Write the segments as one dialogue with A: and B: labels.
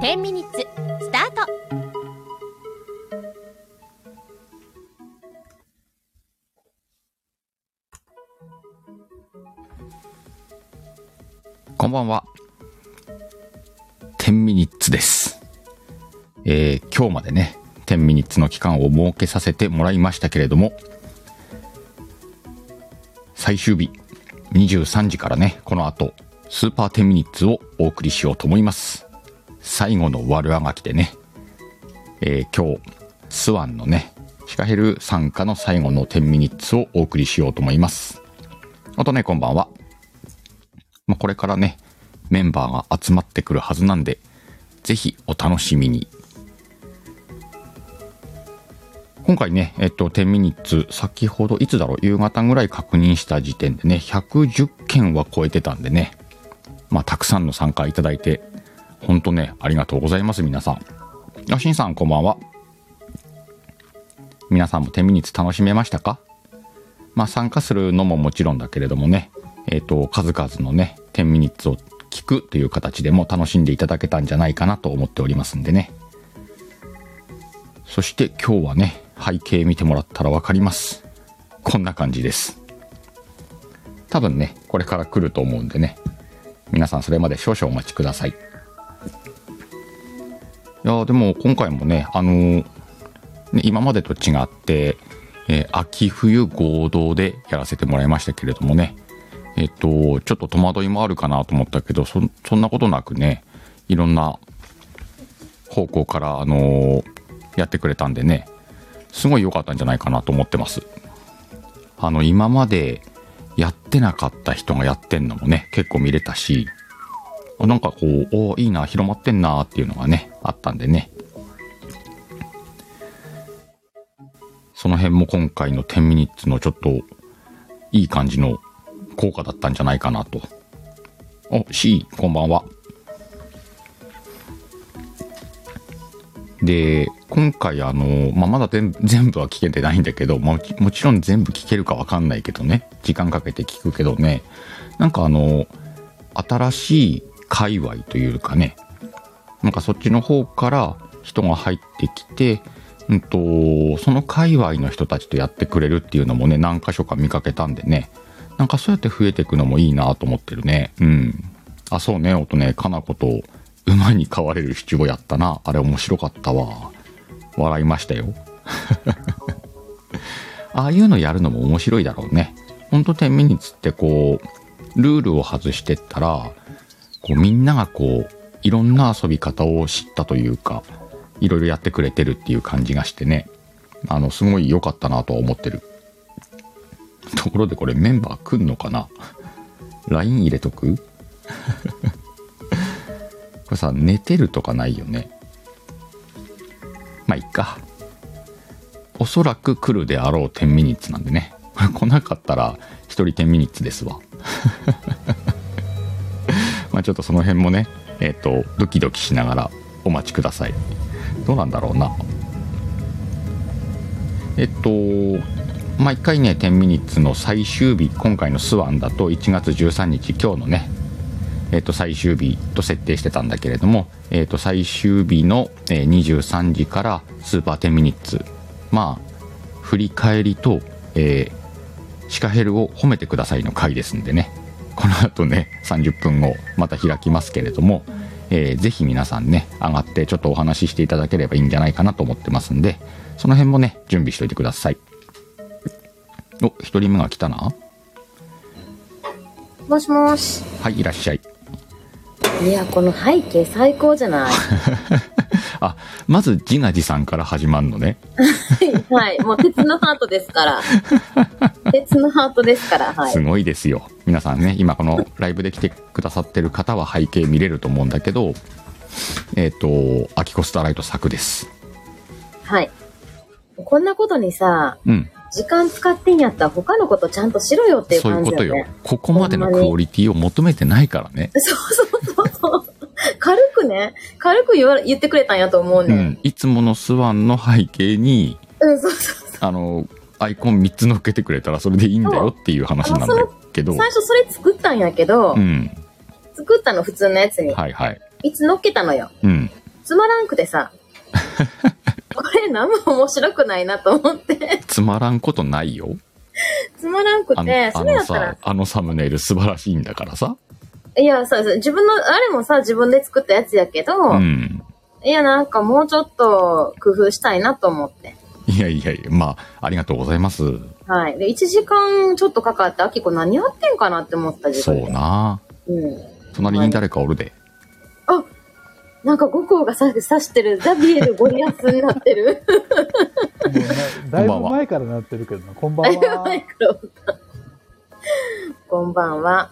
A: 10ミニッツスタート
B: こんばんは。10ミニッツです。えー今日までね、10ミニッツの期間を設けさせてもらいましたけれども、最終日、23時からね、この後、スーパー10ミニッツをお送りしようと思います。最後の悪あがきでね、えー今日、スワンのね、シカヘル参加の最後の10ミニッツをお送りしようと思います。あとね、こんばんは。まあ、これからね、メンバーが集まってくるはずなんで、ぜひお楽しみに。今回ね、えっと、10ミニッツ、先ほど、いつだろう、夕方ぐらい確認した時点でね、110件は超えてたんでね、まあ、たくさんの参加いただいて、ほんとね、ありがとうございます、皆さん。あ、しんさん、こんばんは。皆さんも10ミニッツ楽しめましたかまあ、参加するのももちろんだけれどもね、えっと数々のね10ミニッツを聞くという形でも楽しんでいただけたんじゃないかなと思っておりますんでねそして今日はね背景見てもらったら分かりますこんな感じです多分ねこれから来ると思うんでね皆さんそれまで少々お待ちくださいいやーでも今回もねあのーね、今までと違って、えー秋冬合同でやらせてもらいましたけれどもね、えっと、ちょっと戸惑いもあるかなと思ったけどそんそんなことなくねいろんな方向から、あのーやってくれたんでねすごい良かったんじゃないかなと思ってますあの今までやってなかった人がやってんのもね結構見れたしあなんかこうおーいいな広まってんなーっていうのがねあったんでねその辺も今回の10ミニッツのちょっといい感じの効果だったんじゃないかなと。お、C、こんばんは。で、今回あの、まあ、まだ全部 全部は聞けてないんだけど、もちもちろん全部聞けるかわかんないけどね、時間かけて聞くけどね、なんかあの、新しい界隈というかね、なんかそっちの方から人が入ってきて、うんと、その界隈の人たちとやってくれるっていうのもね、何箇所か見かけたんでね、なんかそうやって増えていくのもいいなと思ってるね。うん。あ、そうね、音ね、かなこと馬に飼われる七五やったな。あれ面白かったわ。笑いましたよ。 ああいうのやるのも面白いだろうね。ほんと10ミニッツってこう、ルールを外してったら、こうみんながこう、いろんな遊び方を知ったというか、いろいろやってくれてるっていう感じがしてね、あの、すごい良かったなとは思ってる。ところでこれメンバー来んのかな ?LINE 入れとく これさ、寝てるとかないよね。まあ、いっか。おそらく来るであろう10ミニッツなんでね。 これ来なかったら1人10ミニッツですわ。まあちょっとその辺もね、えっ、と、ドキドキしながらお待ちください。どうなんだろうな。えっと、毎回ね、10ミニッツの最終日、今回のスワンだと1月13日、今日のね、えっと、最終日と設定してたんだけれども、えっと、最終日のえー23時からスーパー10ミニッツ、まあ、振り返りと、えーシカヘルを褒めてくださいの回ですんでね、この後ね、30分後、また開きますけれども、えーぜひ皆さんね、上がってちょっとお話ししていただければいいんじゃないかなと思ってますんで、その辺もね、準備しておいてください。お、一人目が来たな。
C: もしもし。
B: はい、いらっしゃい。
C: いや、この背景最高じゃない
B: あ、まず、ジナジさんから始まるのね。
C: はい。もう鉄のハートです から。鉄のハートですから、は
B: す
C: い。
B: ごいですよ。皆さんね、今このライブで来てくださってる方は背景見れると思うんだけど、えっ、と、アキコスターライト作です。
C: はい。こんなことにさ、
B: うん、
C: 時間使ってんやったら他のことちゃんとしろよっていう
B: そういう
C: 感じ
B: こ
C: だ
B: と
C: よ
B: よ
C: ね。。
B: ここまでのクオリティを求めてないからね。
C: そうそうそうそう。軽くね、軽く言わ言ってくれたんやと思う
B: う
C: ね。
B: ん、いつものスワンの背景に、
C: うん、そうそうそう。
B: あの、アイコン3つ乗っけてくれたらそれでいいんだよっていう話なんだけど
C: 最、初それ作ったんやけど、
B: うん、
C: 作ったの、普通のやつに。
B: はいはい。
C: いつ乗っけたのよ。
B: うん。
C: つまらんくて さ。これ何も面白くないなと思って。
B: つまらんことないよ。
C: つまらんく
B: あの
C: て、、
B: あ
C: それだ
B: の
C: ったら
B: さ、、あのサムネイル素晴らしいんだからさ。
C: いや、そうです。自分の、あれもさ、自分で作ったやつやけど、
B: うん。
C: いや、なんかもうちょっと工夫したいなと思って。
B: いやいやいや、まあ、ありがとうございます。
C: はい。で、1時間ちょっとかかって、あきこ何やってんかなって思った自
B: そ
C: 分で。
B: うな。
C: うん。
B: 隣に誰かおるで。
C: なんか五行がさ刺してる、ザビエルゴリアスになってる。
D: もうねだい
B: こんばん
D: ぶ
B: は
D: 前からなってるけどな。こんばん
C: マイ
D: は。
C: クロこんばんは。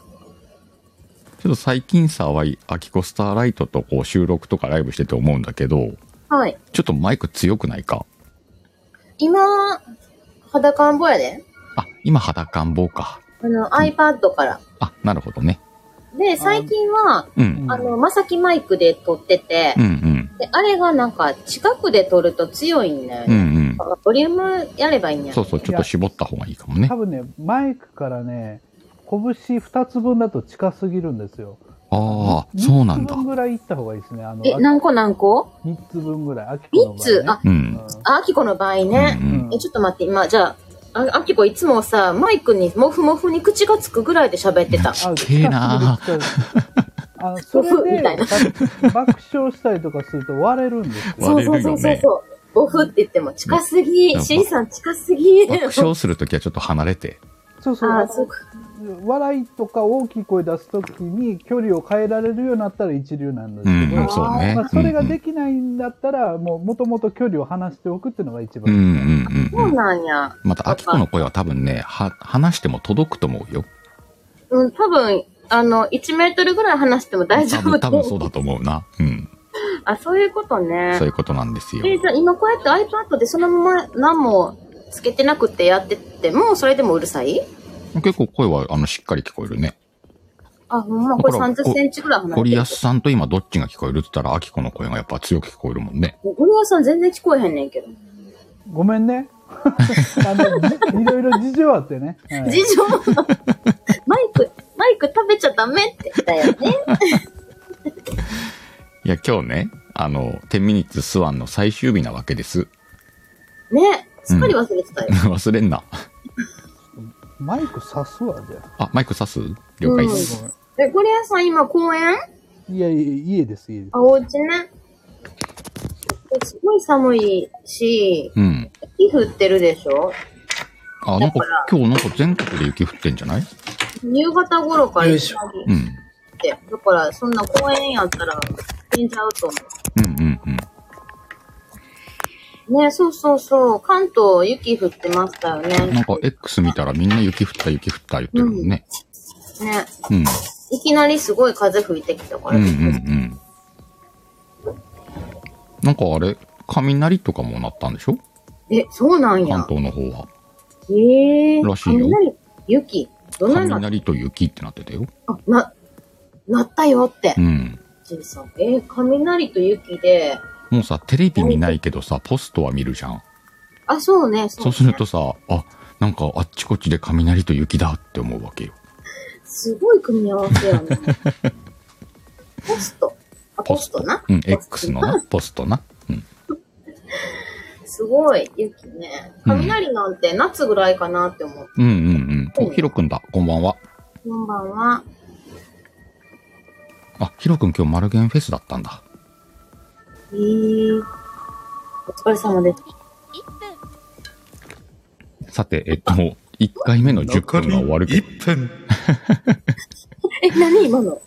B: ちょっと最近さ、わいアキコスターライトとこう収録とかライブしてて思うんだけど、
C: はい。
B: ちょっとマイク強くないか
C: 今、裸んぼやで。
B: あ、今裸ん坊か。
C: あの、iPad から。
B: あ、なるほどね。
C: で、最近は、
B: うん。
C: あの、まさきマイクで撮ってて、
B: うんうん。
C: で、あれがなんか、近くで撮ると強いんだよ
B: うん
C: ね。
B: うん。
C: ボリュームやればいいんや。
B: そうそう、ちょっと絞った方がいいかもね
D: 多。分ね、マイクからね、拳2つ分だと近すぎるんですよ。
B: ああ、そうなんだ
D: 3つ分。ぐらい行った方がいいですね。あの、
C: え、何個何個
D: 3つ分ぐらい。秋子の
C: 三
D: 場合ね
C: つ、あ、
B: うん。
C: あ、あきこの場合
B: うんう
C: ね。
B: ん。
C: え、ちょっと待って、今、じゃあ、あ、あきこいつもさ、マイクに、もふもふに口がつくぐらいで喋ってた。
D: あ
B: ちっけえな
D: 近すぎる近すぎるあのそ
C: ボフ
D: れ
C: み
D: で
C: たいな
D: 爆笑したりとかすると割れるんですよ。
C: そう
B: 割
C: そう
B: れる
C: そ
B: よ
C: うそう
B: ね。
C: そう。ボフって言っても、近す
B: う
C: ぎ、
B: ん
C: C さん近すぎ。
B: 爆笑するときはちょっと離れて。
D: そうそう。
C: あ、そうか。
D: 笑いとか大きい声出すときに距離を変えられるようになったら一流なんです
B: う
D: け
B: ん
D: ど、
B: うん、そうね
D: まあ、。それができないんだったら、もうもともと距離を離しておくっていうのが一
B: うんう
D: 番、
B: んうんう
C: そ
B: ん
C: う
B: うん。
C: なんや。
B: また、アキコの声は多分ね、は、話しても届くと思うよ。
C: うん、多分、あの、1メートルぐらい話しても大丈
B: 多
C: 夫
B: 分、多分そうだと思うな。うん。
C: あ、そういうことね
B: そうい。うことなんですよ。
C: え、じゃあ今こうやって iPad でそのまま何もつけてなくてやってても、それでもうるさい
B: 結構声は、あの、しっかり聞こえるね。
C: あ、ほんま、これ
B: だから
C: 30センチぐらい離れて
B: ゴ
C: る。
B: リアスさんと今どっちが聞こえるって言ったら、アキコの声がやっぱ強く聞こえるもんね。
C: ゴリアスさん全然聞こえへんねん けど。
D: ごめんね。 あの、じいろいろ事情あってね。はい
C: 事情もマイク、マイク食べちゃダメって言ったよね。
B: いや、今日ね、あの、10ミニッツスワンの最終日なわけです。
C: ね。すっかり忘れてたよ。
B: 忘れんな。
D: マイク刺すわ、じゃあ
B: あ、マイク刺す了解です。
D: ごめ
C: え、ゴリアスさん今公園
D: ん。いや、いや家です、家です。
C: あ、お家ね。すごい寒いし、
B: うん。
C: 雪降ってるでしょ
B: あ、なんか
C: だから
B: 今日なんか全国で雪降ってんじゃない
C: 夕方頃から
E: よい
C: 雪
E: しょ
C: が降っ
B: うん。
C: て。だから、そんな公園やったら、死んじゃうと思
B: うんうんうん。
C: う。ね、そうそうそう。関東雪降ってましたよね。
B: なんか X 見たらみんな雪降った雪降った言ってるもんね。
C: ね。
B: う
C: い
B: ん。
C: きなりすごい風吹いてきたか
B: うん
C: ら。
B: うんうん。なんかあれ、雷とかも鳴ったんでしょ
C: え、そうなん
B: 関
C: や。
B: 東の方は。
C: ええー。
B: らしいよ
C: 雷雪どんなになっ
B: 雷と雪ってなってたよ。
C: あな、なったよって
B: う。ん。
C: じいさん。えー、雷と雪で、
B: もうさ、テレビ見ないけどさ、ポストは見るじゃん。
C: あ、そうね、そう,、
B: そ
C: ね、
B: うするとさ、あ、なんかあっちこっちで雷と雪だって思うわけよ。
C: すごい組み合わせ やね。ポスト。あ、ポストな。
B: うん、X のな、ポストな。うん。
C: すごい、雪ね。雷なんて夏ぐらいかなって思う。
B: うんうんうん。お、ヒロくんだ。こんばんは。
C: こんばんは。
B: あ、ヒロくん今日マルゲンフェスだったんだ。
C: えー、お疲れ様です。
B: さて、えっと、1回目の10分が終わるけど、
E: 1分。
C: え、何今の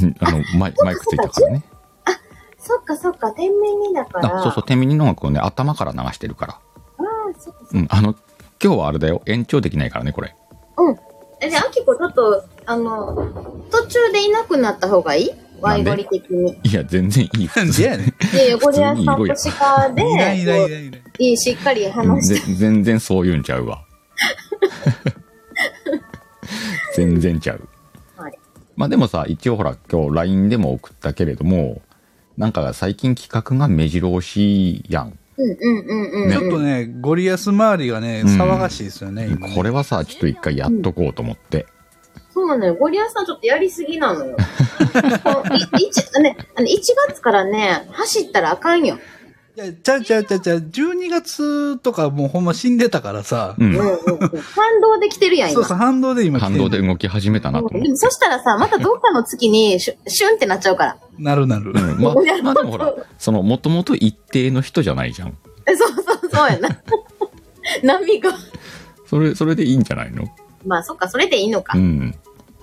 B: うんあの、マイマイクついたからね。
C: そっかそっか、天秤にだから。
B: あ、そうそう、天秤の音楽をね、頭から流してるから。
C: あーそっかそっか
B: うん、あの、今日はあれだよ。延長できないからね、これ。
C: え、で、アキコちょっと、あの、途中でいなくなった方がいいワイゴリ的に。
B: いや、全然いい。
E: な んでやねん。
C: で、ゴリアスさんと鹿で、
E: いないいないいないいない。
C: こういいしっかり
B: うん
C: 話して、
B: ぜ全然そういうんちゃうわ。 全然ちゃう。
C: はい
B: まあでもさ、一応ほら、今日 LINE でも送ったけれども、なんか最近企画が目白押しやん。
C: うんうんうんうんうん。
E: ちょっとね、ゴリアス周りがね、
B: うん
E: 騒がしいですよね、今ね
B: これはさ、ちょっと一回やっとこうと思って。
C: そうなのよ。ゴリアスさんちょっとやりすぎなのよ。そうい一ね、あの1月からね、走ったらあかんよ。
E: いや、ちゃうちゃうちゃうちゃう、12月とかもうほんま死んでたからさ、
B: う
C: うんんうんうん。反動できてるやん、
E: そ
C: 今。
E: うそう、反動で今来て
B: 反
E: る
B: 動で動き始めたなと
C: う
B: 思
C: ん
B: っ
C: で
B: て
C: もそしたらさ、またどっかの月にシュシュンってなっちゃうから。
E: なるなる。
B: うんまあ、まあでもほらそのもともと一定の人じゃないじゃん
C: え、そう そうそうやな。波が。
B: それそれでいいんじゃないの
C: まあそっか、それでいいのか
B: う。ん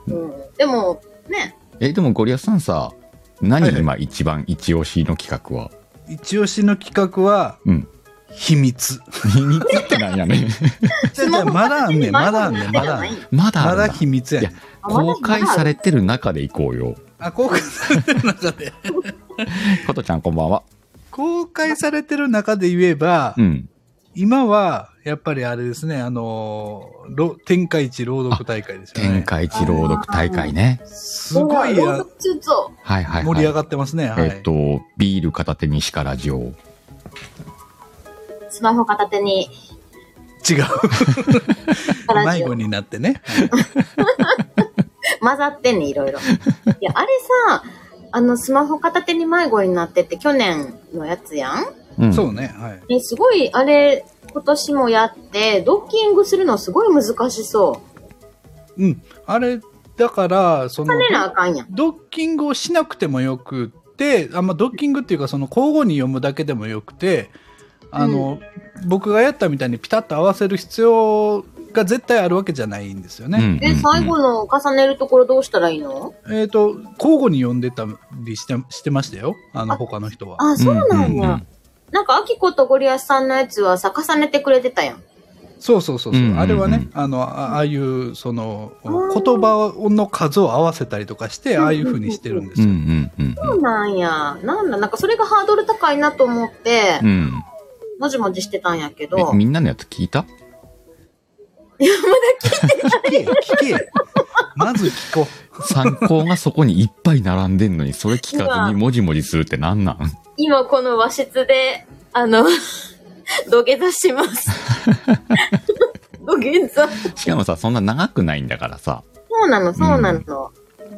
C: うん、でも、ね、
B: えでもゴリアスさんさ何
E: はいはい
B: 今一番一押しの企画は
E: 一押しの企画は、
B: うん
E: 秘密。
B: 秘密ってなんや ね
E: じゃあじゃあまだあんねん、まだあんねん、まだあん
C: ない
E: ねん。
B: まだあ
E: ま
B: るんだ
E: だ秘密やねん
B: いや公開されてる中で行こうよ
E: あ、公開されてる中 で。
B: ことちゃんこんばんは
E: 公開されてる中で言えば、
B: うん
E: 今は、やっぱりあれですね、あのーろ天下一朗読大会ですよ
B: 天
E: ね。
B: 下一朗読大会ね
E: すごいや
C: ちょ
B: はいはい、はい、
E: 盛り上がってますね。は
B: え
E: い。
B: っとビール片手にしかラジオ
C: スマホ片手に、
E: 違う。
C: ラジ
E: 迷
C: オ
E: 子になってね。
C: 混ざってんね、いろいろ。いや、あれさ、あの、スマホ片手に迷子になってって去年のやつやん
B: うん
E: そうね。はい。
C: え、すごい、あれ、今年もやって、ドッキングするのすごい難しそ
E: うん。あれ、だから、その
C: う。、跳ねなあかんやん。
E: ドッキングをしなくてもよくって、あんまドッキングっていうか、その交互に読むだけでもよくて、あの、僕がやったみたいにピタッと合わせる必要が絶対あるわけじゃないんですよね。
B: うん
C: え、最後の重ねるところどうしたらいいの
E: えっ、と、交互に読んでたりしてしてましたよ。あの、
C: あ
E: 他の人は。
C: あ、そうなん
B: うんうんうん
C: や。なんか、アキコとゴリアスさんのやつはさ、重ねてくれてたやん。
E: そうそうそうそう、
B: うんうんうん
E: あれはね、あの、あああいう、その、言
C: ー
E: 葉の数を合わせたりとかして、ああいう風にしてるんです
B: うん
E: よ。
B: うんうん
C: そうなんや。なんだ、なんかそれがハードル高いなと思って
B: う、ん
C: もじもじしてたんやけ
B: うん
C: ど
B: え、みんなのやつ聞いた
E: 聞け、聞け。まず聞こ
B: 参考がそこにいっぱい並んでんのに、それ聞かずにもじもじするってなんなん
C: 今この和室で、あの、 土下座し ます。土下座。そ
B: しかもさ、そんな長くないんだからさ、
C: うなの、そうなの。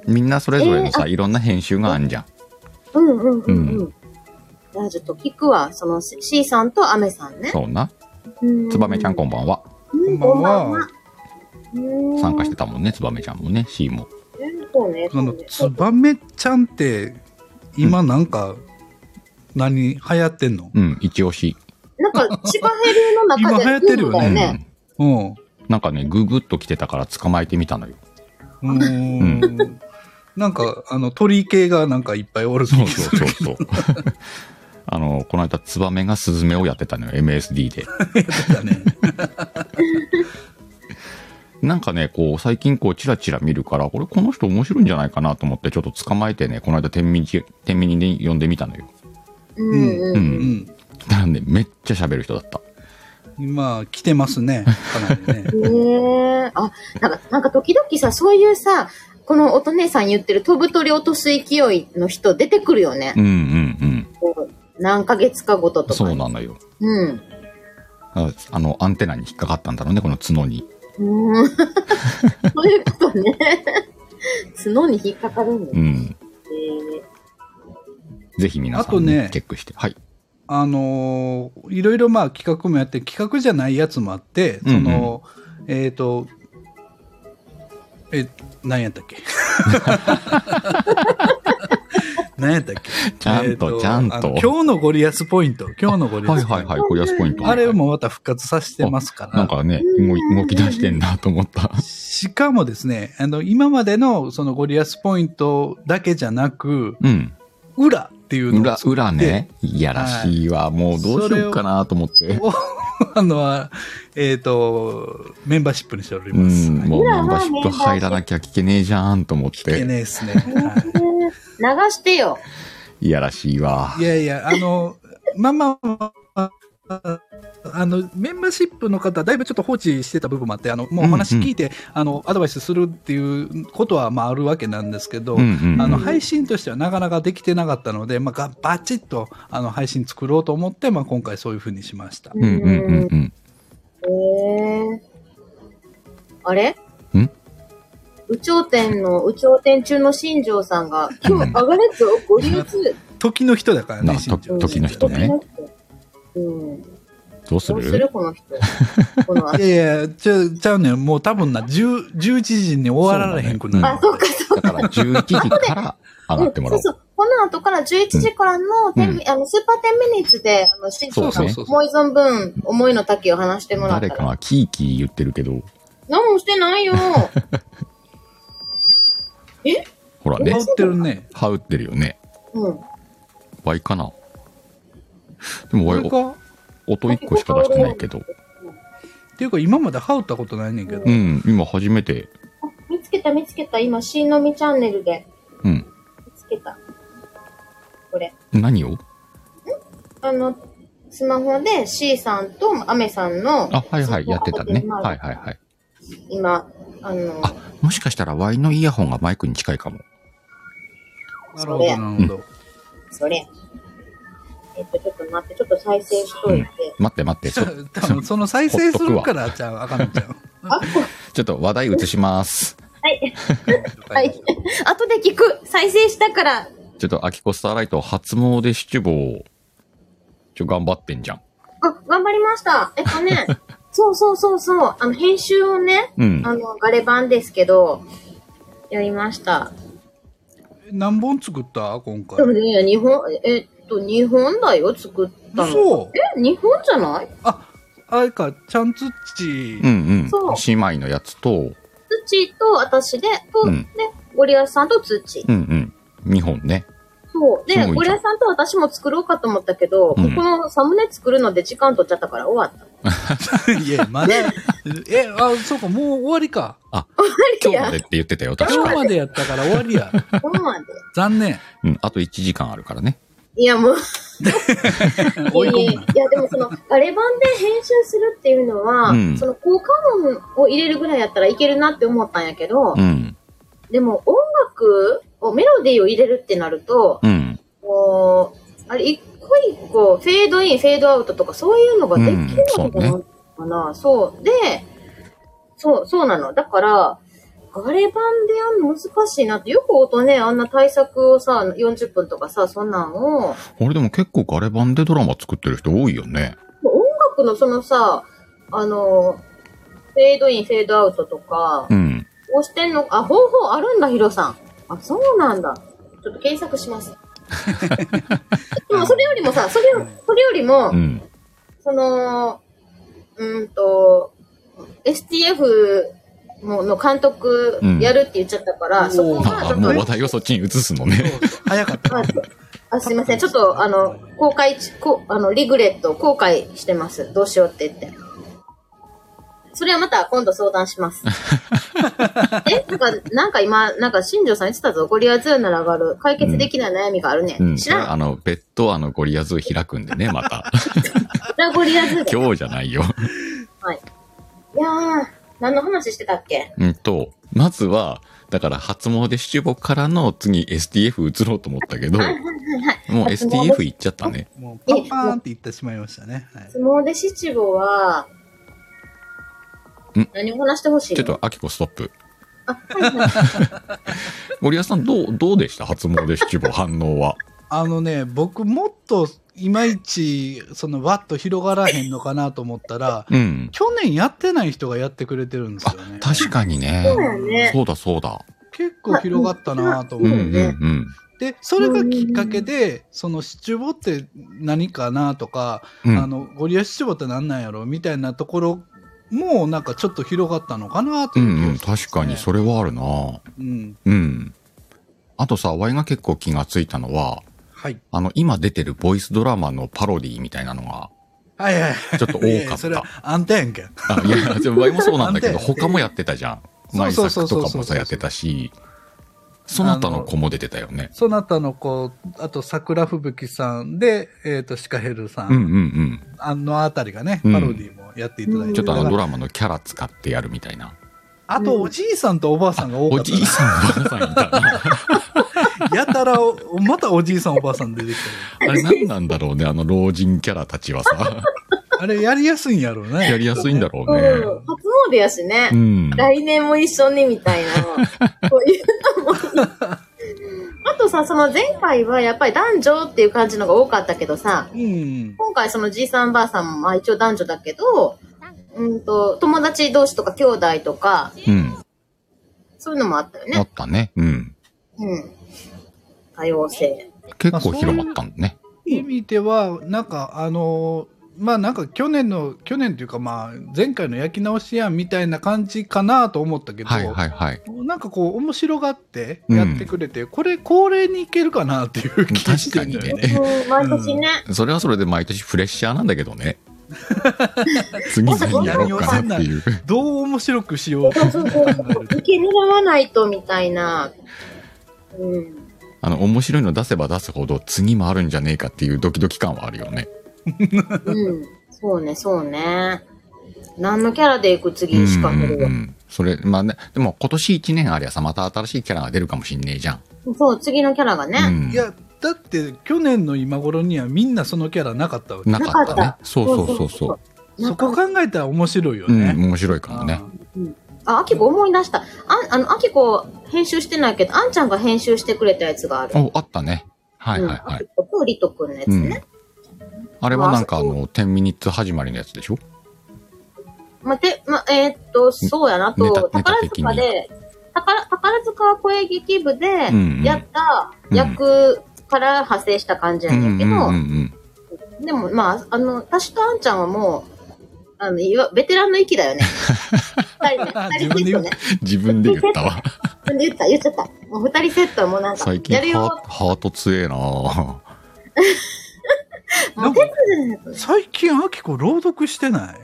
B: みんなそれぞれのさ、いろんな編集があんじゃん。
C: うんうんうん
B: う
C: うん。じゃあちょっと聞くわ。その C さんとアメさんね。
B: そうな。
C: うん
B: つばめちゃんこんばんは。
E: う。
C: う
E: こんばんは
C: は。。うん
B: 参加してたもんね、つばめちゃんもね、C も。
C: そうね。
E: あ
C: そう
E: の、
C: ね
E: ツバメちゃんって、今なんか、何、流行ってんの
B: うん、一押し。
C: なんか、シカヘルの中で
E: 今流行ってるよね
C: ブームだ
B: うん。
E: うん。う
B: なんかね、ググッと来てたから捕まえてみたのよ。
E: ーん。なんか、あの、鳥系がなんかいっぱいおるぞ
B: そうそうそうそう。 あの、この間、ツバメがスズメをやってたのよ、MSD で。
E: だ ね。
B: なんかね、こう、最近こう、チラチラ見るから、これ、この人面白いんじゃないかなと思って、ちょっと捕まえてね、この間、天秤、天秤に呼んでみたのよ。
C: うんうん
B: う。
E: うんん。
B: なんで、めっちゃ喋る人だった。
E: 今、来てますね。かなりね。
C: へえ。あ、なんか、なんか時々さ、そういうさ、このおと姉さん言ってる飛ぶ鳥落とす勢いの人出てくるよね
B: う。んうん
C: こう何ヶ月かごと
B: うん。
C: とか。
B: そうなのよ。
C: うん。
B: ああの、アンテナに引っかかったんだろうね、この角に。
C: うん。 そういうことね。角に引っかかるんだ
B: う
C: ね。
B: ん。ぜひ皆さ
E: あと
B: ん、
E: ね
B: チェックして。はい。
E: あのーいろいろまあ企画もやって、企画じゃないやつもあって、その、えっ、と、え、何やったっ け何やったっけ
B: ちゃんと
E: えー
B: ちゃんと
E: あの今日のゴリアスポイント。今日のゴリア
B: はい
E: スポイント。
B: はいはい、ゴリアスポイント。
E: あれもまた復活させてますから。
B: なんかね、動い動き出してんなと思った。
E: しかもですね、あの、今までのそのゴリアスポイントだけじゃなく、
B: うん。
E: 裏っていうのを
B: 裏、
E: 作って
B: 裏ね。いやらしいわ。もうどうしようかなと思って。
E: を、あの、えっ、と、メンバーシップにしており
B: う
E: ます。
B: ん。
E: はい
B: もう
C: 裏
B: メ
C: は
B: ンバーシップ入らなきゃ聞けねえじゃんと思っ
E: いけ
B: て。
E: ねえっすね。はい
C: 流してよ。
B: いやらしいわ
E: い。やいや、あの、まあまあまあ、あの、メンバーシップの方、だいぶちょっと放置してた部分もあって、あの、もうお話聞いて、あの、アドバイスするっていうことは、まああるわけなんですけど、
B: うんうん。
E: あの
B: あ
E: 配信としてはなかなかできてなかったので、まあ、がバチッとあの配信作ろうと思って、まあ、今回そういうふうにしました。
B: うんうんうんうん。
C: へえ。あれ
B: ん
C: 宇頂天の、宇頂天中の新庄さんが、今日上がれっぞ、ご利用つ。
E: 時の人だから
B: な
E: ね、
B: あ
E: 新庄
B: と 時の人ね。
C: うん。ど
B: どうす
C: う
B: る
C: するこの 人。この
E: いやいや、ちゃちゃうねんもう多分な、10 11時に終わられへんく
C: あ、
E: なる。
C: そうか、そう
B: だから11時から上がってもらおう
C: うん。そうそう。この後から11時からの、
B: うん
C: 天あのスーパーテンミニッツで、あの、新庄さん、
B: そう
E: そう
C: 思い存分、思いの丈を話してもらった
B: 誰
C: ら。
B: かがキーキー言ってるけど、
C: 何もしてない よ。
B: ほら
E: 羽
B: ね
E: 織、ってるね。
B: 羽打ってるよね。
C: うん。
B: ワイかな。でも
E: こ
B: ワ
E: れ
B: イ、お
E: か
B: 音1個しか出してないけど。
E: っていうか、今まで羽織ったことないねんけど
B: う。ん、今初めて。
C: あ見つけた見つけた。今、しんのみチャンネルで
B: うん。
C: 見つけた。これ。
B: 何を
C: あの、スマホで C さんとアメさんの、
B: あ、はいはい、
C: そこ
B: やってたね。
C: 今
B: はいはいはい。
C: 今、あの、
B: あ、もしかしたらワイのイヤホンがマイクに近いかも。
E: なるほど、なるほど。
C: それ。えっと、ちょっと待って、ちょっと再生しといて。
B: 待って待って、
E: じ
B: そ
E: ゃあ 多分その再生するから、じゃあ、あかんのちゃん。
C: あ、こ
B: ちょっと話題移します。
C: はい。 はい。後で聞く。再生したから。
B: ちょっとアキコスターライト初詣七望。ちょ、頑張ってんじゃん。
C: あ、頑張りました。えっと ね、そうそうそうそう。あの、編集をね、
B: うん
C: あの、ガレ版ですけど、やりました。
E: 何本作った今
C: でも
E: 回。
C: ね、日本、えっと、日本だよ、作ったの。
E: そう
C: え、日本じゃない
E: あ、あれか、ちゃんつっち
B: う。ん
C: そう
B: うん。姉妹のやつと、
C: 土と私で、と、
B: うん
C: ね、ゴリアスさんと土。
B: うんうん。2本ね。
C: そう。で、
B: すごいじゃん
C: ゴリアスさんと私も作ろうかと思ったけど、
B: うん
C: ここのサムネ作るので時間取っちゃったから終わった。
E: いや、まだ、え、あ、そうか、もう終わりか。
B: 今日までって言ってたよ、確
E: 今日
B: か。
E: までやったから終わりや。
C: このまで。
E: 残念。
B: うん、あと1時間あるからね。
C: いや、 もう。い
E: 追い込むな。
C: や、でもその、あれ版で編集するっていうのは、
B: うん
C: その効果音を入れるぐらいやったらいけるなって思ったんやけど、
B: うん。
C: でも音楽を、メロディーを入れるってなると、
B: うん。
C: こう、あれ、一個一個、フェードイン、フェードアウトとかそういうのができるのかな,、
B: う
C: かなそう。で、そう、そうなの。だから、あれ版でやんの難しいなって、よく音ね、あんな対策をさ、40分とかさ、そんなんを、
B: 俺でも結構ガレ版でドラマ作ってる人多いよね。
C: 音楽のそのさ、あの、フェードイン、フェードアウトとか、
B: うん。
C: 押してんの、あ、方法あるんだ、ヒロさん。あ、そうなんだ。ちょっと検索します。でも、それよりもさ、それよそれよりも、
B: うん。
C: その、うーんと、STF のの監督
B: うん
C: やるって言っちゃったから、
E: おー
C: そこが、
B: あ
C: ちょ
B: あ、
C: っ
B: もう
C: と
B: 話題をそっちに移すのね。
E: 早かった。
C: ああすいません、ちょっと、あの、公開ち、こうあの、リグレットを後悔してます。どうしようって言って。それはまた今度相談し ます。え、なんか、なんか今、なんか新庄さん言ってたぞ。ゴリアズーなら上がる。解決できない悩みがあるね。
B: うん。
C: 知らん。
B: あの、別途あの、ゴリアズー開くんでね、また。
C: ラゴリアズーで。
B: 今日じゃないよ。
C: いやー、何の話してたっけ
B: うんと、まずは、だから初詣七五からの次 STF 移ろうと思ったけ ど、もう STF 行っちゃったね。
E: もうパンパーンって言ってしまいましたね。はい
C: 相撲で七五は
B: ん、
C: 何を話してほしい
B: ちょ
C: の
B: っと、アキコストップ。
C: あ、はいはい。
B: ゴリアスさん、どう、どうでした初詣七五反応は。
E: あのね、僕もっといまいち、そのわっと広がらへんのかなと思ったら、
B: うん。
E: 去年やってない人がやってくれてるんです
B: あ
E: よね、。
B: 確かにね
C: そう。だよね。
B: そうだそうだ。
E: 結構広がったなと
B: う
E: 思
B: ん
E: っ
B: う
E: て、
B: んうん。
E: で、それがきっかけで、そのシチュボって何かなとか、
B: うん
E: あの、ゴリアシチュボって何なんやろみたいなところも、なんかちょっと広がったのかなと
B: う
E: い
B: んう、
E: うん気がし
B: 確
E: ま
B: か
E: すね
B: にそれはあるな
E: うん。
B: うん。あとさ、ワイが結構気がついたのは、
E: はい。
B: あの、今出てるボイスドラマのパロディみたいなのが、
E: はいはい。
B: ちょっ と
E: い
B: 多
E: やい
B: か
E: や
B: っ
E: それは
B: た。
E: あんたやんけ。
B: あいや、でもワイもそうなんだ けど、
E: なんで
B: 他もやってたじゃん。
E: そう
B: 前
E: そうそう
B: 作
E: そう
B: とかもさ、やってたし、そなたの子も出てたよね。
E: そなたの子、あと桜吹雪さんで、えっ、と、シカヘルさん、
B: うんうん
E: あのあたりがね、
B: うん
E: パロディもやっていただい
B: う
E: て、
B: ん。ちょっとあのド
E: だか
B: ラ
E: ら
B: マのキャラ使ってやるみたいな。
E: あとおじいさんとおばあさんが多か
B: お
E: った
B: じいさん、おばあさんいた な。
E: な。やたらお、またおじいさんおばあさん出てき
B: あれ何なんだろうね、あの老人キャラたちはさ。
E: た あれやりやすいんやろうね。
B: やりやすいんだろう
C: う
B: ね。
C: ん。初詣やしね
B: う。ん。
C: 来年も一緒にみたい な、そういうのもいい。あとさ、その前回はやっぱり男女っていう感じのが多かったけどさ、
E: うん。
C: 今回そのじいさんばあさんもまあ一応男女だけど、うんと、友達同士とか兄弟とか、
B: うん。
C: そういうのもあったよ
B: あ
C: ね。
B: ったね。うん。
C: うん。多様性。
B: 結構広まったんだね。
E: 意味では、なんか、あのーまあなんか去年の、去年というかまあ前回の焼き直しやんみたいな感じかなと思ったけど、
B: はいはいはい。
E: なんかこう面白がってやってくれて、これ恒例にいけるかなっていう気が
B: 確
E: して
B: か
E: んだ
B: に
E: よ
B: ね。
C: うん、毎年ね。
B: それはそれで毎年プレッシャーなんだけど ね。次何やろうかなっていう。
E: どう面白くしよう
C: そうそうそうそう。受け狙わないとみたいな。うん。
B: あの、面白いの出せば出すほど次もあるんじゃねえかっていうドキドキ感はあるよね。
C: うん。そうね、そうね。何のキャラで行く次しか
B: うん
C: も
B: うんう
C: る
B: ん。それ、まあね、でも今年1年ありゃさ、また新しいキャラが出るかもしんねえじゃん。
C: そう、次のキャラが
B: う
C: ね。
B: ん
E: い。や、だって去年の今頃にはみんなそのキャラなかったわけ。
B: なかったね
C: なかっ。
B: そうそうそうそう。
E: そこ考えたら面白いよ
B: うん、
E: ね。
B: 面白いかもね。
C: あ、あきこ思い出した。あん、あの、あきこ編集してないけど、あんちゃんが編集してくれたやつがある。
B: お、あったね。はいはい
C: うん。
B: は
C: あ
B: い
C: き。ことりとくんのやつね。
B: あれはなんかあの、10ミニッツ始まりのやつでしょ
C: まあ、て、まあ、えーっと、そうやな
B: ネタ
C: と、
B: ネタ
C: 宝
B: 的に
C: 塚で、宝、宝塚声劇部で
B: うんうん、
C: やった役から派生した感じ
B: う
C: なん
B: うんんう
C: だけど、
B: んうん。
C: でも、まあ、あの、私とあんちゃんはもう、あの、いわベテランの域だよ ね。二人ね、二人セットね。
B: 自分で言ったわ。
C: 自分で言った、言っちゃった。もう二人セットはもうなんか
B: 最、近
C: やるよ
B: ハ。ハート強えなぁ。
C: もう手伝いないとね
E: 最近、アキコ朗読してない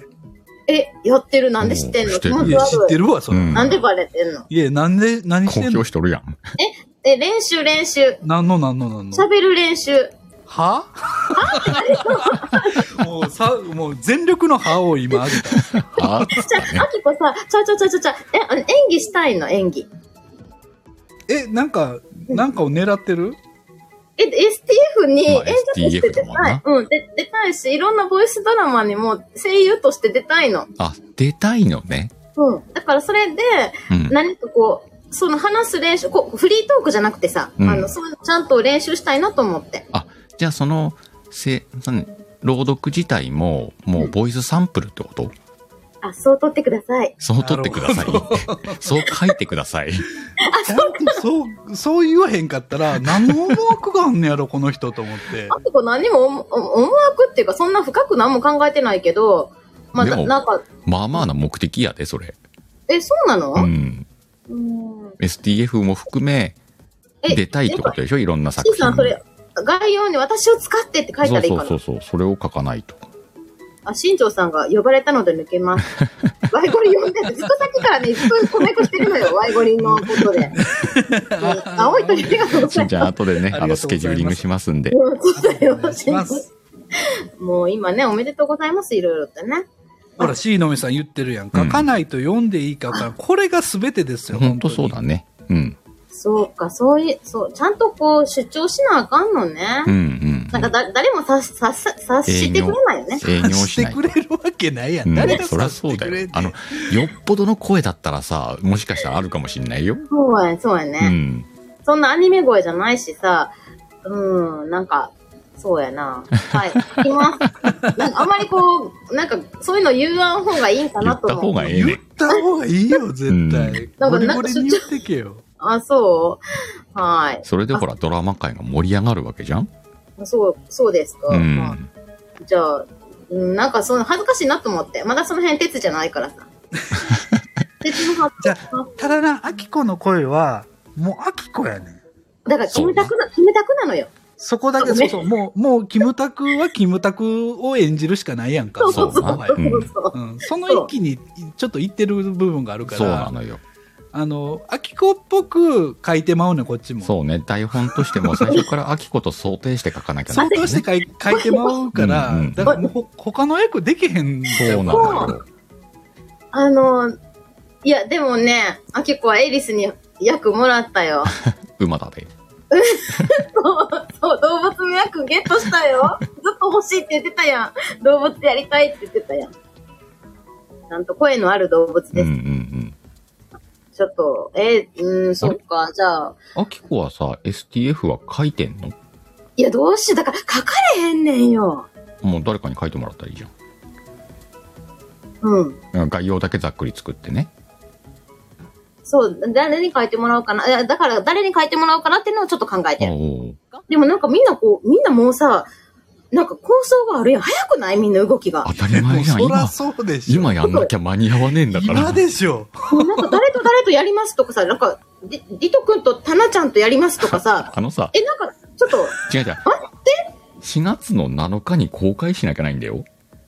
C: え、やってる、なんで知ってん
B: う
C: の
B: んし
C: 気
B: てる
C: 持
E: い
C: ち
E: や、知っ
C: 悪
E: て
C: い。
E: るわ、それ。
B: うん
C: なんでバレてんの
E: いや、なんで、何
B: 公
E: してんの
B: 表しとるやん。
C: え、練習、練習。
E: 何の何の何の
C: 喋る練 習。
E: はもうさ、もう全力の歯を今あげた。
B: あーっつっ
C: じゃ
B: たね
C: あ、あきこさ、ちゃうちゃうちゃうちゃうちゃう、え、あの演技したいの、演技。
E: え、なんか、なんかを狙ってる
C: え、STF に演者
B: まあ
C: として出
B: STF だもん
C: た。
B: ない
C: うん、で出たいし、いろんなボイスドラマにも声優として出たいの。
B: あ、出たいのね。
C: うん。だからそれで、
B: うん。
C: 何かこう、その話す練習、こうフリートークじゃなくてさ、
B: うん
C: あの、そう、ちゃんと練習したいなと思って。
B: あ、じゃあその、せ、その朗読自体も、もうボイスサンプルってこと、
C: あ、そう取ってください。
B: そう取ってください
E: なるほ。
B: そう書いてください。
E: ちゃんとそう、そう言わへんかったら、何の思惑があんねやろ、この人と思 って
C: あ。とこう何も思思惑っていうか、そんな深く何も考えてないけど、まあ、
B: で
C: な
B: も
C: なんか、
B: まあまあな目的やで、それ。
C: え、そうなの
B: うん。
C: うん。
B: STF も含め、
C: え、
B: 出たいってことでしょいろんな作
C: C
B: 品。
C: さん、それ、概要に私を使ってって書いたらいいかな。
B: そうそうそうそう、それを書かないと。
C: あ、新庄さんが呼ばれたので抜けます。 ワイゴリ呼んでて、ずっとさっきからね、ずっとコメントしてるのよ、ワイゴリのこと で。うん青い鳥ありがとうござ
B: し
C: い
B: んちゃん、
C: ます。
B: 後でね、
E: ありがとうございます
B: あの、スケジューリングしますんで。
C: うんそうだよ、
E: し
C: 新
E: ま
C: 庄
E: す。
C: もう今ね、おめでとうございます、いろいろってね。
E: ほら、C のみさん言ってるやん。
B: うん
E: 書かないと読んでいいか分からん。これが全てですよ、
B: 本当そうだ
E: ね。
B: ね。うん。
C: そうか、そういう、そう、ちゃんとこう、主張しなあかんのね。
B: うんうん。
C: なんかだ、誰も察さ、さ、察してくれないよね。
B: 営業
E: し
B: してない
E: く。れるわけないや。
B: うんん
E: 誰が、
B: そりゃ
E: さ
B: そ
E: せ
B: うだ
E: てくれん
B: よ
E: ね。ん
B: あの、よっぽどの声だったらさ、もしかしたらあるかもしんないよ。
C: そうや、そうや
B: う
C: ね、
B: ん。
C: そんなアニメ声じゃないしさ、うん、なんか、そうやな。はい、行きます。なんかあんまりこう、なんか、そういうの言わん方がいいんか
B: 言
C: な
B: っ
C: と
B: た
C: 思
B: 方
C: う。
B: がええね
E: 言っ。た方がいいよ、絶対。
C: うん
E: ゴリゴリに言ってけよ。
C: あ、そうはい。
B: それでほら、ドラマ界が盛り上がるわけじゃん
C: そう、そうですか。
B: う
C: ま
B: ん。
C: あじゃあ、うん、なんかその恥ずかしいなと思って。まだその辺鉄じゃないから さ。鉄の発
E: じゃただな、アキコの声は、もうアキコやねん。
C: だから、キムタクな、キムタクなのよ。
E: そこだけ、そうそう、もう、もう、キムタクはキムタクを演じるしかないやんか。
C: そうそうそう。
B: そ
C: そう
B: な
C: うそうそう。
E: うん、その域にちょっと行ってる部分があるから、
B: そうなのよ。
E: あの、アキコっぽく書いてまうね、こっちも。
B: そうね。台本としても最初からアキコと想定して書かなきゃなら
E: 相
B: ない
E: 当して書い書いてまうから、
B: うんうん
E: だからもうほ他の役できへん。
B: そうなのよ。
C: あの、いや、でもね、あきこはエリスに役もらったよ。
B: 馬だで。
C: そう、動物の役ゲットしたよ。ずっと欲しいって言ってたやん。動物やりたいって言ってたやん。ちゃんと声のある動物
B: うんう
C: で
B: ん
C: す。
B: うん。
C: ちょっと、えー、うーん、そっか、じゃあ。
B: あきこはさ、STF は書いてんの
C: いや、どうしよう。だから、書かれへんねんよ。
B: もう誰かに書いてもらったらいいじゃん
C: うん。。
B: うん概要だけざっくり作ってね。
C: そう、誰に書いてもらおうかな。いやだから、誰に書いてもらおうかなっていうのをちょっと考え
B: お
C: て
B: う
C: る。
B: おう
C: でもなんかみんなこう、みんなもうさ、なんか構想があるやん。早くないみんな動きが
B: 当。たり前じゃん。
E: もうそら
B: 今、
E: そうでしょ。
B: 今やんなきゃ間に合わねえんだから。
E: 今でしょ。
C: もうなんか誰と誰とやりますとかさ、なんか、りりとくんとたなちゃんとやりますとかさ、
B: あのさ、
C: え、なんか、ちょっと、
B: 違う違う。4月の7日に公開しなきゃないんだよ。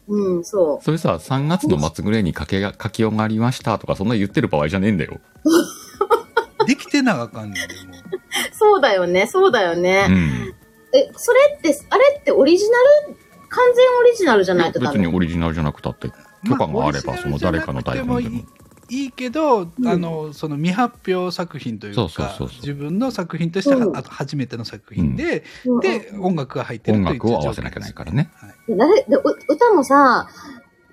C: うん、そ
B: それさ、3月の末ぐらいに書けが書き終わりましたとか、そんな言ってる場合じゃねえんだよ。
E: できてなあかんねん。でも
C: う。そうだよね、そうだよ
B: う
C: ね。
B: ん。
C: え、それって、あれってオリジナル完全オリジナルじゃないとダ
B: 別に
C: メ。
B: オリジナルじゃなくたって、許可があれば、その誰かの台本でも。。
E: いいけど、あのその未発表作品というか
B: そうそうそうそう
E: 自分の作品としては、
C: うん
E: あと初めての作品で、
C: うん
E: で音楽が入ってる
B: 音
E: という
B: 楽を合わせなきゃないからね。
E: はい
C: 誰でう歌もさ、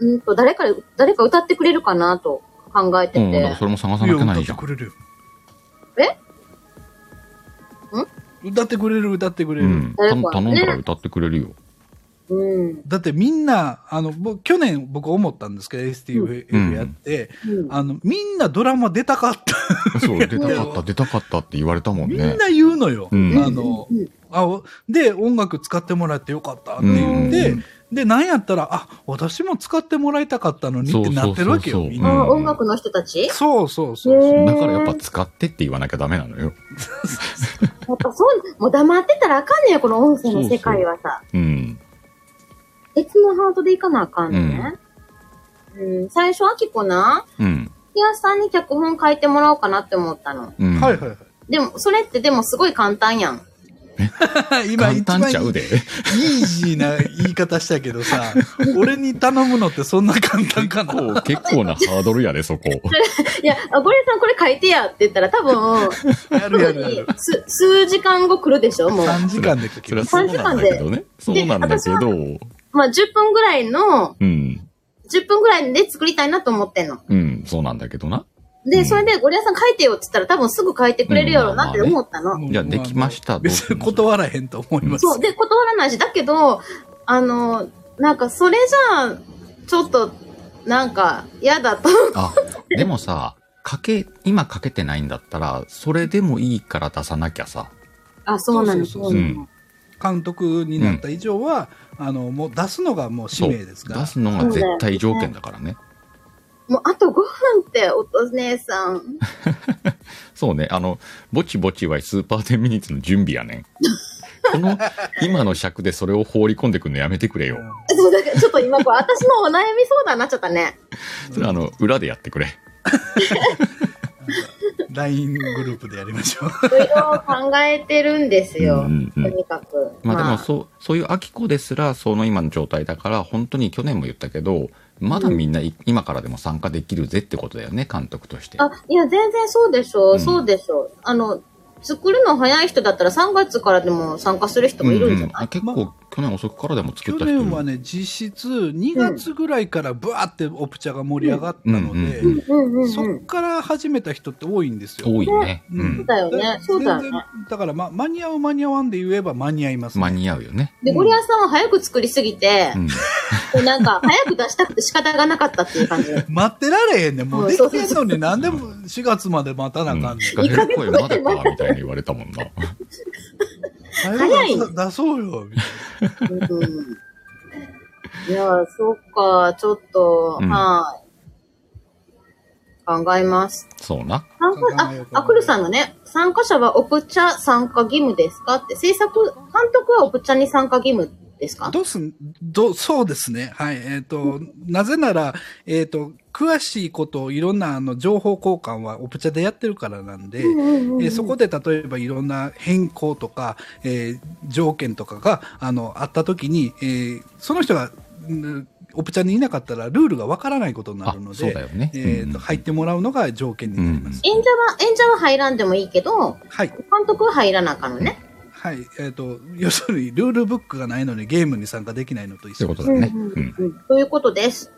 C: うんと誰か、誰か歌ってくれるかなと考えて
B: うん、だから
C: て。
B: それも探さなきゃない
E: い
B: じ
E: や
B: ゃん。
E: 歌ってくれるよ
C: え
E: 歌ってくれる歌ってくれ
B: う
E: る、
B: ん。
C: 誰
B: 頼
C: かね
B: んだら歌ってくれるよ。
C: うん。
E: だってみんなあの僕去年僕思ったんですけど
B: うん
E: STF やって、
C: うん
E: あのみんなドラマ出たかっ た
B: そう、出たかった、出たかったって言われたもん
E: み
B: ね
E: ん。な言うのよ。
B: うん
E: あの
C: うん
E: あおで音楽使ってもらってよかったって言って、
B: うん
E: でなんやったらあ私も使ってもらいたかったのにっ
B: そう
E: てなってるわけよ
B: そうそうそう
E: みん
B: う
E: な。
C: あ
B: ん
C: 音楽の人たち
E: そうそうそう
C: へ
E: そう。
C: ー
B: だからやっぱ使ってって言わなきゃダメなのよ。
C: やっぱそう、もう黙ってたらあかんねや、この音声の世界はさ。
B: うん。
C: 別のハートでいかなあかんのね。うん、最初、アキコな、
B: うん。
C: ピアスさんに脚本書いてもらおうかなって思ったの。
B: うん。
E: はいはいは
C: でも、それってでもすごい簡単やん。
E: い。 今
B: 簡
E: 一
B: 単
E: 番
B: ちゃ
E: イ
B: う
E: ー
B: で。
E: ジーな言い方したけどさ、俺に頼むのってそんな簡単かな。
B: こう結構なハードルやで、そこ。
C: いや、あゴリラさんこれ書いてやって言ったら多分、
E: やるやるやる。
C: す数時間後来るでしょもう。
E: 3時間で書
B: そ
E: け
B: れは
E: る。
B: そうなんだけどね。そうなんだけど、
C: まあ、10分ぐらいの、
B: うん。
C: 10分ぐらいで作りたいなと思ってんの。
B: うん、そうなんだけどな。う
C: で、
B: ん
C: それでゴリラさん書いてよって言ったら多分すぐ書いてくれるやろうなって思ったの。
B: じゃあできました
E: 別に断らへんと思います。
C: そう、で、断らないし、だけど、あの、なんか、それじゃあ、ちょっと、なんか、嫌だと。
B: あ、でもさ、かけ、今かけてないんだったら、それでもいいから出さなきゃさ。
C: あ、そうなの、
E: そ
C: そうう
E: そう
B: そう
C: な
B: う
C: の。
E: 監督になった以上は、あのもう出すのがもう使
B: そう。
E: 命ですから
B: 出。すのが絶対条件だからね。
C: もう、あと5分って、お姉さん。
B: そうね、あの、ぼちぼちはスーパーテンミニッツの準備やねん。この、今の尺でそれを放り込んでくるのやめてくれよ。
C: そう、だからちょっと 今、こう私のお悩み相談になっちゃったね。
B: それあの、裏でやってくれ。
E: LINE グループでやりまし ょう。
C: いろいろ考えてるんですよ。
B: う
C: と
B: んうんうん
C: にかく。
B: まあでも
C: う。
B: そう、そういう秋子ですら、その今の状態だから、本当に去年も言ったけど、まだみんない今からでも参加できるぜってことだよね、監督として。
C: あ、いや、全然そうでしょ、
B: うん
C: そうでしょあの、作るの早い人だったら3月からでも参加する人もいるんじゃない、
B: あ結構、去年遅くからでも作
E: 去
B: った人いる
E: 年はね、実質2月ぐらいからブワーってオプチャが盛り上がったので、
B: うんうん
C: うんうんうん。
E: そ
C: そ
E: っから始めた人って多いんですよ。
B: 多いね。う
E: うん
C: う。だよね。そうだよ
E: 全
C: ね
E: 然。だから、ま、間に合う間に合わんで言えば間に合います、
B: 間に合うよね。
C: で、ゴリアスさんは早く作りすぎて
B: う、ん。
C: こうなんか、早く出したくて仕方がなかったっていう感じ。
E: 待ってられへんねん。もう
C: うん
E: で
C: そう
E: きてんのになんでも4月まで待たなあかんねん。
B: 聞かれる声まだかみたいに言われたもんな。
E: 早く出出そうよ。みたい
C: うんいやー、そっか、ちょっと、
B: うん
C: はーい。考えます。
B: そうな。
C: 参加
E: 考えよう考えよう
C: あ、あ、くるさんのね、参加者はオプチャ参加義務ですかって、制作、監督はオプチャに参加義務です
E: な
C: か
E: どうすん、どう、そうですね。はい。えっ、と、なぜなら、えっ、と、詳しいことをいろんなあの情報交換はオプチャでやってるからなんで、えーそこで例えばいろんな変更とか、えー条件とかがあのあった時に、えーその人がうんオプチャにいなかったらルールがわからないことにな
B: あ
E: るの、で
B: そうだよね。
E: え
B: う
E: ー
B: ん
E: と入ってもらうのが条件になります。
C: 演者は、演者は入らんでもいいけど、
E: はい、
C: 監督は入らなあかんのね。
E: はい、えっ、と、要するにルールブックがないのにゲームに参加できないのと一
B: そうい
E: 緒
B: う
E: で
B: こ
E: す
B: とだよね。
C: うん
B: うん
C: ということです。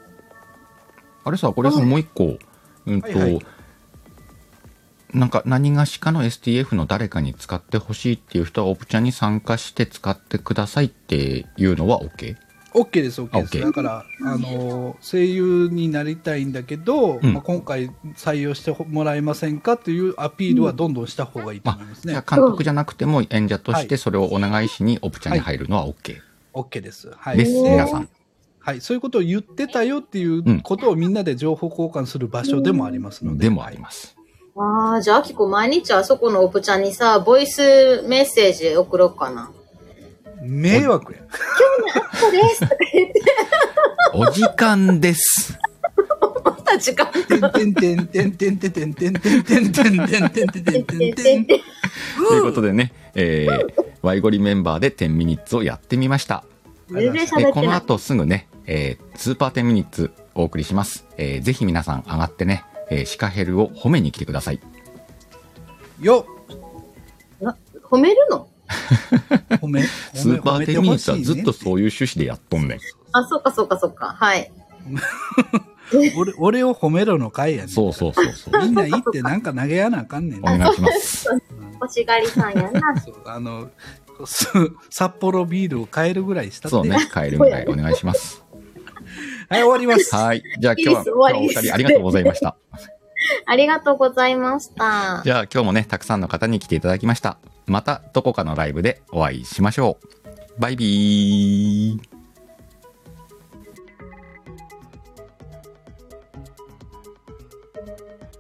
B: あれさ、これさ、
C: うん
B: もう一個、うんと、
E: はいはい
B: なんか何がしかの STF の誰かに使ってほしいっていう人は、オプチャに参加して使ってくださいっていうのは OK?
E: OK です、OK です。
B: OK
E: だから、あのー、声優になりたいんだけど、
B: うん
E: まあ、今回採用してもらえませんかというアピールはどんどんした方がいいと
B: あ
E: 思います
B: じゃ
E: ね。
B: あ監督じゃなくても演者とし
E: は
B: てそれをお願いしにオプチャに入るのは OK
E: OK です。はい。
B: です、
C: はい
B: 皆さん。
E: はい、そういうことを言ってたよっていうことをみんなで情報交換する場所でもありますので。
B: でもあります。
C: ああ、じゃあ、あきこ毎日あそこのオプチャにさ、ボイスメッセージ送ろうかな。
E: 迷惑や。
C: そうですとか言って
B: お時間です。
C: た時間。
E: てんてんてんてんてんてんてんてんてんてんてんてんてんてんてんてんてんてん。
B: ということでね、えー、ワイゴリメンバーで10ミニッツをやってみました。
C: 全然
B: で
C: 喋っ
B: こ
C: て
B: の
C: ない。
B: 後すぐね、えースーパーテンミニッツお送りします、えーぜひ皆さん上がってね、えーシカヘルを褒めに来てください
E: よ
C: な褒めるの
E: っ褒め。
B: スーパーテンミニッツはずっとそう
E: う。
B: いう趣旨でやっとんねん
C: あ、そうかそうかそうか。はい。
E: 俺俺を褒めろの回やねん。
B: そうそうそう そう
E: みんないいってなんか投げやなあかんねん
B: お。願いします
C: 欲しがりさんやな。
E: そうあの、す 札幌ビールを買えるぐらいしたって。
B: そうね帰るぐらいお願いします
E: はい、終わります。
B: はいじゃあ今日は今日はお二人ありがとうございました
C: ありがとうございました。
B: じゃあ今日もねたくさんの方に来ていただきましたまたどこかのライブでお会いしましょうバイビー